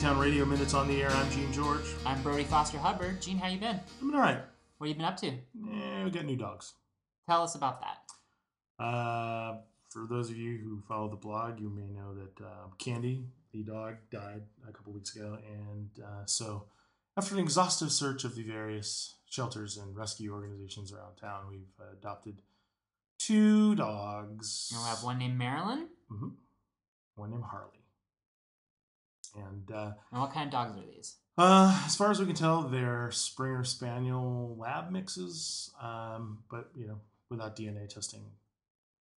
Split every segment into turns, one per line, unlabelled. Town Radio Minutes on the Air. I'm Gene George.
I'm Brody Foster Hubbard. Gene, how you been?
I'm all right.
What you been up to?
Eh, we got new dogs.
Tell us about that.
Uh, for those of you who follow the blog, you may know that uh, Candy, the dog, died a couple weeks ago. And uh, so, after an exhaustive search of the various shelters and rescue organizations around town, we've uh, adopted two dogs.
You know, we have one named Marilyn.
Mhm. One named Harley. And uh,
And what kind of dogs are these?
Uh, as far as we can tell, they're Springer Spaniel lab mixes, um, but you know, without DNA testing,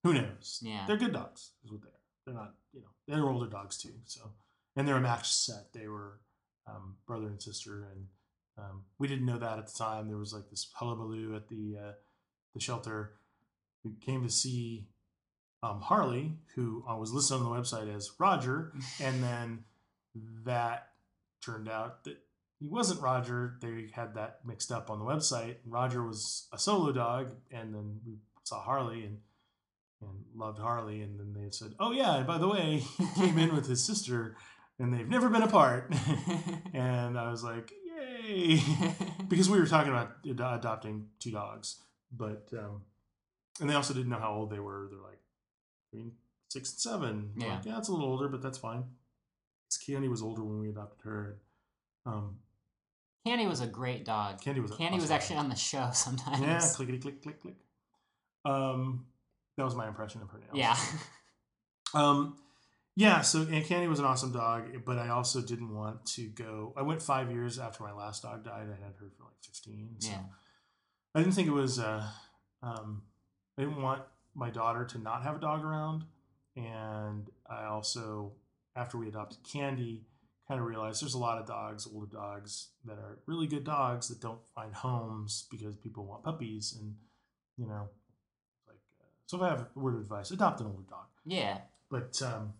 who knows?
Yeah.
They're good dogs, is what they are. They're not, you know, they're older dogs too. So, and they're a matched set. They were um, brother and sister, and um, we didn't know that at the time. There was like this hullabaloo at the uh, the shelter. We came to see um, Harley, who uh, was listed on the website as Roger, and then that turned out that he wasn't Roger. They had that mixed up on the website. Roger was a solo dog, and then we saw Harley and and loved Harley, and then they said, "Oh yeah, and by the way, he came in with his sister, and they've never been apart." and I was like, "Yay!" because we were talking about ad- adopting two dogs, but um, and they also didn't know how old they were. They're like between six and seven. We're
Yeah.
like, yeah, it's a little older, but that's fine. 'Cause Candy was older when we adopted her. Um,
Candy was a great dog.
Candy was
Candy was
awesome.
actually on the show sometimes.
yeah, clickety click click click. Um, that was my impression of her now.
Yeah.
Um, yeah, so Aunt Candy was an awesome dog, but I also didn't want to go. I went five years after my last dog died. I had her for like 15. So
Yeah.
I didn't think it was, uh, um, I didn't want my daughter to not have a dog around. And I also, after we adopted Candy, kind of realized there's a lot of dogs, older dogs, that are really good dogs that don't find homes because people want puppies. And, you know, like, uh, so if I have a word of advice, adopt an older dog
Yeah.
but um,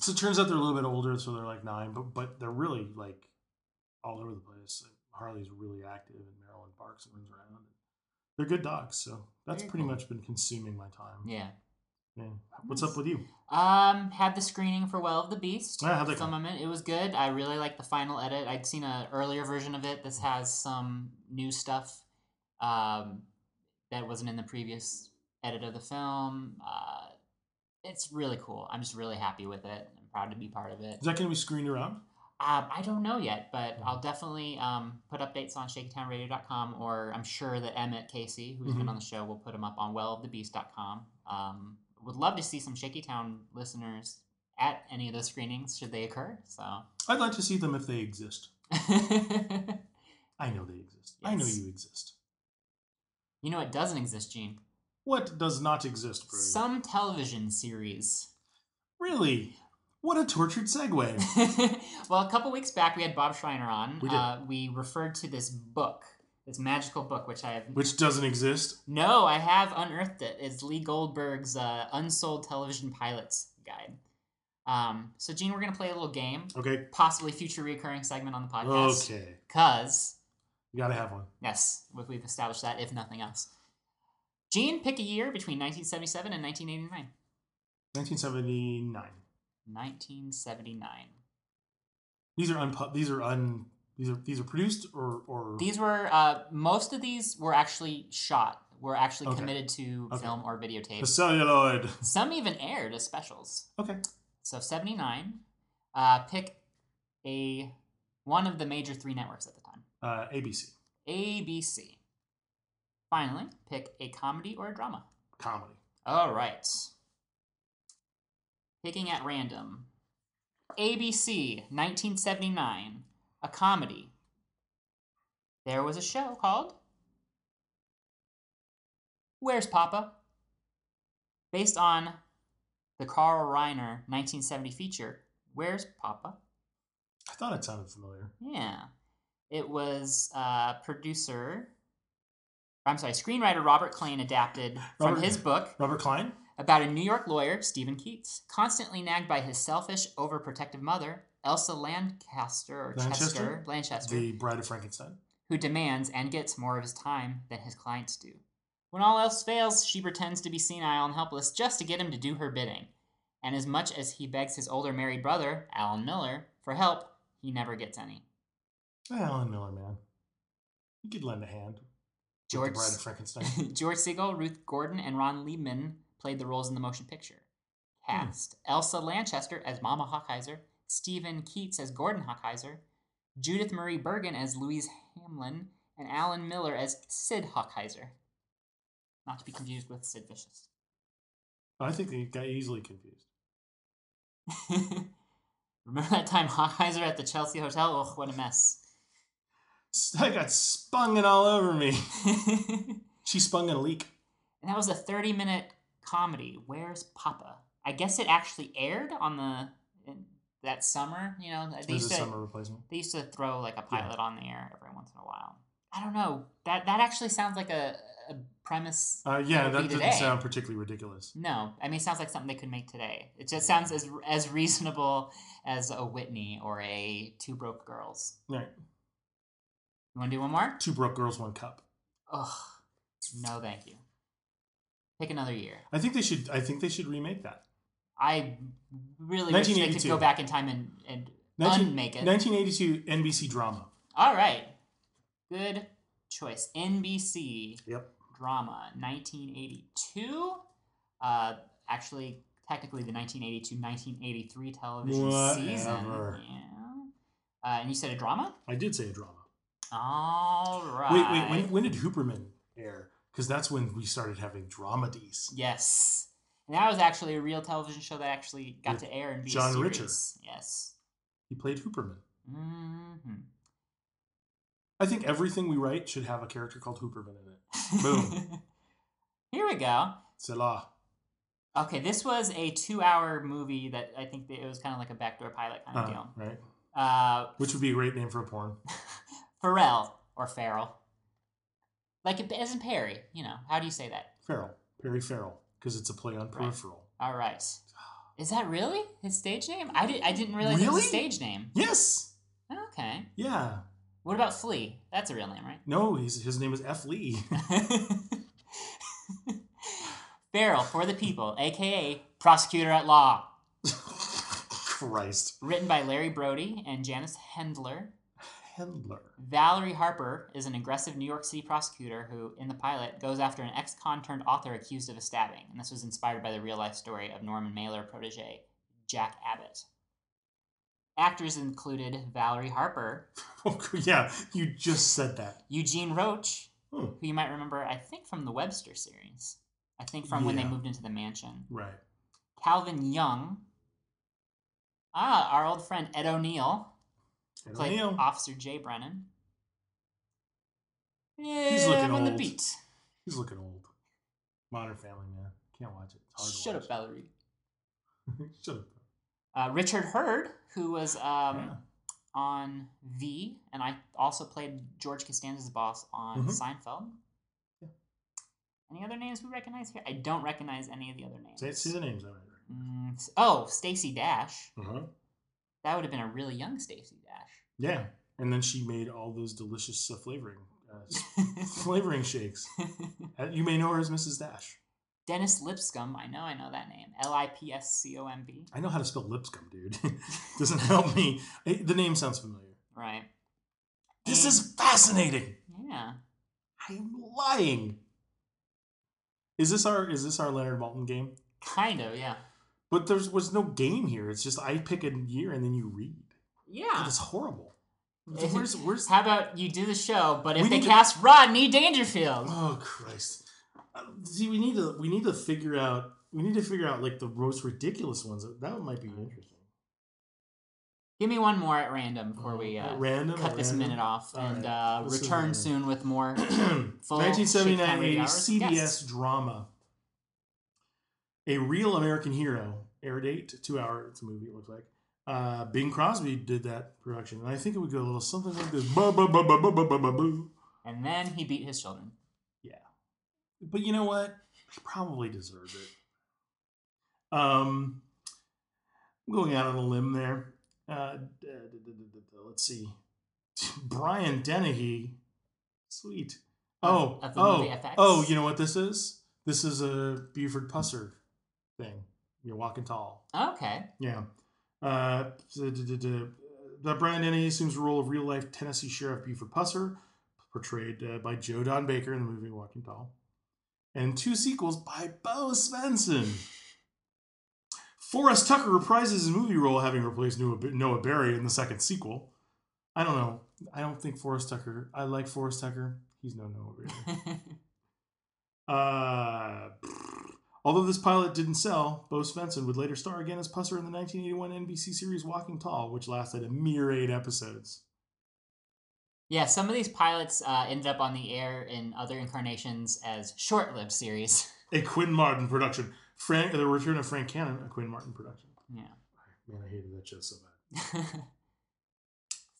so it turns out they're a little bit older, so they're like nine, but but they're really like all over the place. Like, Harley's really active, and Marilyn barks and runs around. They're good dogs, so that's
Very
pretty
cool.
much been consuming my time.
Yeah.
Yeah. What's
Nice.
up with you?
Um, had the screening for Well of the Beast.
Ah, how'd that go?
Some of it, it was good. I really like the final edit. I'd seen an earlier version of it. This has some new stuff um, that wasn't in the previous edit of the film. Uh, it's really cool. I'm just really happy with it. I'm proud to be part of it.
Is that going to be screened around?
Um, I don't know yet, but
Mhm.
I'll definitely um, put updates on shakytownradio.com, or I'm sure that Emmett Casey, who's been
Mhm.
on the show, will put them up on wellofthebeast.com. Um, would love to see some Shaky Town listeners at any of those screenings should they occur. So,
I'd like to see them if they exist. I know they exist. I know
Yes.
you exist.
you know, it doesn't exist, Gene.
What does not exist, Brody?
Some television series.
really? What a tortured segue.
well, a couple weeks back, we had Bob Schreiner on.
We did.
Uh, we referred to this book, this magical book, which I have
Which doesn't exist.
No, I have unearthed it. It's Lee Goldberg's uh, Unsold Television Pilots Guide. Um, so, Gene, we're going to play a little game,
Okay.
possibly future recurring segment on the podcast.
Okay.
Because,
You got to have one.
yes, we- we've established that, if nothing else. Gene, pick a year between 1977 and 1989.
1979.
1979.
These are unpu- these are un these are these are produced or or
These were, uh, most of these were actually shot, were actually
Okay.
committed to
Okay.
film or
the
videotape.
celluloid.
Some even aired as specials.
Okay.
So 79. Uh, pick a one of the major three networks at the time.
Uh, ABC
ABC. Finally, pick a comedy or a drama.
comedy.
All right. Picking at random. ABC 1979, a comedy. There was a show called Where's Papa? Based on the Carl Reiner 1970 feature, Where's Papa?
I thought it sounded familiar.
Yeah. It was uh, producer, I'm sorry, screenwriter Robert Klein adapted from
Robert-
his book
Robert Klein.
about a New York lawyer, Stephen Keats, constantly nagged by his selfish, overprotective mother, Elsa Lancaster or Chester
Lanchester?
Lanchester,
The Bride of Frankenstein.
who demands and gets more of his time than his clients do. When all else fails, she pretends to be senile and helpless just to get him to do her bidding. And as much as he begs his older married brother, Alan Miller, for help. He never gets any.
Eh, Alan Miller, man. You could lend a hand. with the
George
Bride of Frankenstein.
George Siegel, Ruth Gordon, and Ron Liebman played the roles in the motion picture. Cast Elsa Lanchester as Mama Hawkeiser, Stephen Keats as Gordon Hawkeiser, Judith Marie Bergen as Louise Hamlin, and Alan Miller as Sid Hawkeiser. Not to be confused with Sid Vicious.
I think they got easily confused.
Remember that time Hawkeiser at the Chelsea Hotel? Oh, what a mess.
I got spung it all over me.
and
She spung in a leak.
that was a 30 minute comedy. Where's Papa? I guess it actually aired on the in, that summer. You know, they
There's a
used, to,
summer replacement.
they used to throw like a pilot on the air every once in a while. I don't know. That that actually sounds like a, a premise.
Uh, yeah,
That would
that
be
doesn't
today.
sound particularly ridiculous.
No, I mean, it sounds like something they could make today. It just sounds as as reasonable as a Whitney or a Two Broke Girls.
Right.
You want to do one more?
Two broke girls, one cup.
Ugh, no, thank you. Pick another year.
I think they should. I think they should remake that.
I really wish they could
1982.
go back in time and, and
19
unmake it.
1982 NBC drama.
All right. Good choice. NBC
Yep.
drama, 1982. Uh, actually, technically the 1982-1983 television season.
Whatever.
Yeah. Uh, and you said a drama?
I did say a drama.
All right.
Wait, wait. When, when did Hooperman air? Because that's when we started having dramedies.
Yes. And that was actually a real television show that actually got
With
to air and be
John
a series.
Ritter.
Yes.
He played Hooperman.
hmm
I think everything we write should have a character called Hooperman in it. Boom.
Here we go.
Salah.
Okay, this was a two-hour movie that I think that it was kind of like a backdoor pilot kind of
Uh,
deal.
right.
Uh,
Which would be a great name for a porn.
Pharrell or Farrell, like it- as in Perry. You know, how do you say that?
Feral. Perry Feral. Because it's a play on peripheral.
All right, is that really his stage name? I did. I didn't realize it was
Really?
his stage name.
Yes.
Okay.
Yeah.
What about Flea? That's a real name, right?
No, he's, his name is F. Lee.
Farrell for the people, aka prosecutor at law.
Christ.
Written by Larry Brody and Janice Hendler.
Handler.
Valerie Harper is an aggressive New York City prosecutor who, in the pilot, goes after an ex con turned author accused of a stabbing, and this was inspired by the real life story of Norman Mailer protege Jack Abbott. Actors included Valerie Harper,
Oh, yeah, you just said that.
Eugene Roach,
Hmm.
who you might remember, I think, from the Webster series, I think from when they
Yeah.
moved into the mansion,
Right.
Calvin Young, ah, our old friend Ed O'Neill,
Ed
played
O'Neill.
Officer Jay Brennan.
He's looking
I'm on the
old.
beat.
He's looking old. Modern Family, man. Can't watch it. It's hard
Shut
to
up,
watch.
Valerie.
Shut up.
Uh, Richard Hurd, who was um,
Yeah.
on V, and I also played George Costanza's boss on
Mhm.
Seinfeld.
Yeah.
Any other names we recognize here? I don't recognize any of the other names.
Say, say the names. All right.
Mm, s- oh, Stacy Dash.
Uh-huh.
That would have been a really young Stacy Dash.
Yeah. And then she made all those delicious uh, flavoring uh, s- flavoring shakes. Uh, You may know her as Mrs. Dash.
Dennis Lipscomb. I know, I know that name. L I P S C O M B.
I know how to spell Lipscomb, dude. Doesn't help me. I- the name sounds familiar.
Right.
This
And-
is fascinating.
yeah.
I'm lying. Is this our is this our Leonard Malton game?
Kind of. Yeah.
But there was no game here. It's just I pick a year and then you read.
Yeah.
That's horrible. Where's where's
How about you do the show, but if
We
they
need to-
cast Rodney Dangerfield?
Oh Christ! Uh, See, we need to we need to figure out we need to figure out like the most ridiculous ones. That might be interesting.
Give me one more at random before we uh,
At random
cut this minute off
All
and
right.
uh,
This is
return
random.
soon with more. full
1979
Shakespeare
80
hours.
CBS
Yes.
drama. A real American hero. Air date two hour. It's a movie. It looks like. Uh, Bing Crosby did that production, and I think it would go a little something like this. Ba, ba, ba, ba, ba, ba, ba, ba, boo.
and then he beat his children.
But you know what? He probably deserved it. Um, I'm going out on a limb there. Uh, d- d- d- d- d- d- let's see. Brian Dennehy. Sweet. Oh,
Of the
oh,
movie FX?
oh, you know what this is? This is a Buford Pusser thing. You're walking tall.
Okay.
Yeah. Uh, d- d- d- d- the Brian Dennehy assumes the role of real life Tennessee Sheriff Buford Pusser, portrayed uh, by Joe Don Baker in the movie Walking Tall, and two sequels by Bo Svensson. Forrest Tucker reprises his movie role, having replaced Noah, Noah Barry in the second sequel. I don't know. I don't think Forrest Tucker. I like Forrest Tucker. He's no Noah Barry. Uh, although this pilot didn't sell, Bo Svensson would later star again as Pusser in the 1981 NBC series Walking Tall, which lasted a mere eight episodes.
yeah, some of these pilots uh, ended up on the air in other incarnations as short lived series.
A Quinn Martin production. Frank, the return of Frank Cannon, a Quinn Martin production.
Yeah.
Man, I hated that show so bad.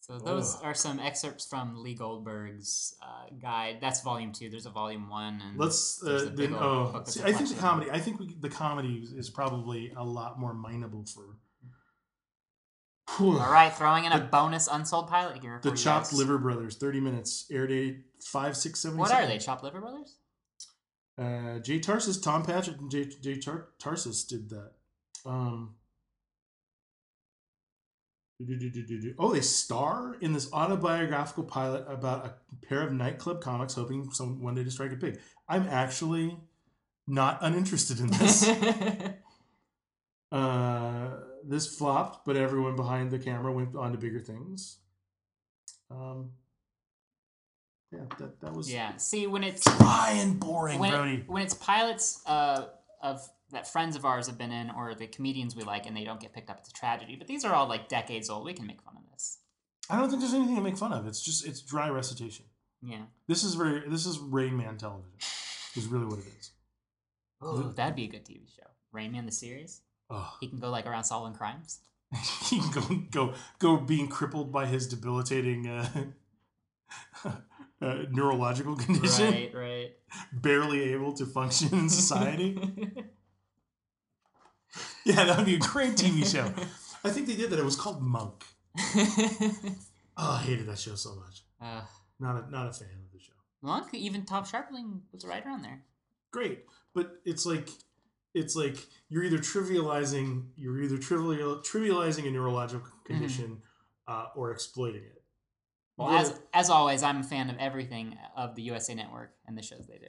so those
Ugh.
are some excerpts from Lee Goldberg's uh, guide. That's volume two. There's a volume one. And
Let's
There's
uh,
a big
then.
old
Oh,
book that's
see,
a
I think the
collection.
comedy. I think we, the comedy is- is probably a lot more mineable for.
all right, throwing in a
The-
bonus unsold pilot here.
The
for you
Chopped
guys.
Liver Brothers, thirty minutes, air date five six seven.
What are they? Chopped liver brothers?
Uh, Jay Tarsis, Tom Patrick, and Jay, Jay Tar- Tarsis did that. Um, do-do-do-do-do-do. Oh, they star in this autobiographical pilot about a pair of nightclub comics hoping some one day to strike a pig. I'm actually not uninterested in this. uh, this flopped, but everyone behind the camera went on to bigger things. Um, yeah, that, that was
yeah. See, when it's
dry and boring,
when,
Brody.
when it's pilots uh, of that friends of ours have been in, or the comedians we like, and they don't get picked up, it's a tragedy. But these are all like decades old. We can make fun of this.
I don't think there's anything to make fun of. It's just it's dry recitation.
Yeah.
This is very this is Rain Man television. Is really what it is.
Ooh, that'd be a good TV show. Rain Man the series.
Ugh.
He can go like around solving crimes.
he can go go go being crippled by his debilitating uh, uh, neurological condition,
Right, right.
barely able to function in society. yeah, that would be a great TV show. I think they did that. It was called Monk. Oh, I hated that show so much.
uh,
Not a not a fan of the show.
Monk, even Tom Sharpling was right around there.
great but it's like it's like you're either trivializing you're either trivial trivializing a neurological condition uh, or exploiting it
Mm-hmm. Well,
You're-
as, as always, I'm a fan of everything of the USA Network and the shows they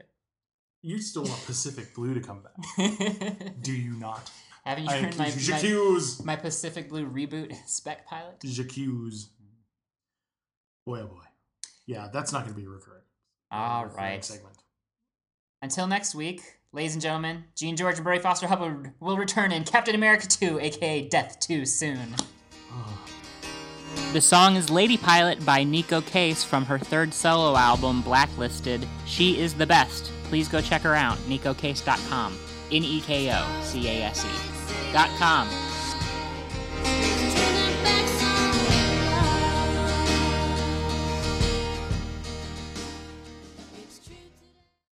you still want pacific blue to come back
do.
do you not
Haven't you
i
heard my,
accuse you
my,
j'accuse
my Pacific Blue reboot spec pilot?
j'accuse boy oh boy yeah that's not going to be uh, recurring
All
That's the next
right.
segment
Until next week, ladies and gentlemen, Gene George and Bray Foster Hubbard will return in Captain America 2, aka Death Too Soon. The song is Lady Pilot by Nico Case from her third solo album, Blacklisted. She is the best. Please go check her out, nicocase.com. N E K O C A S E. dot com.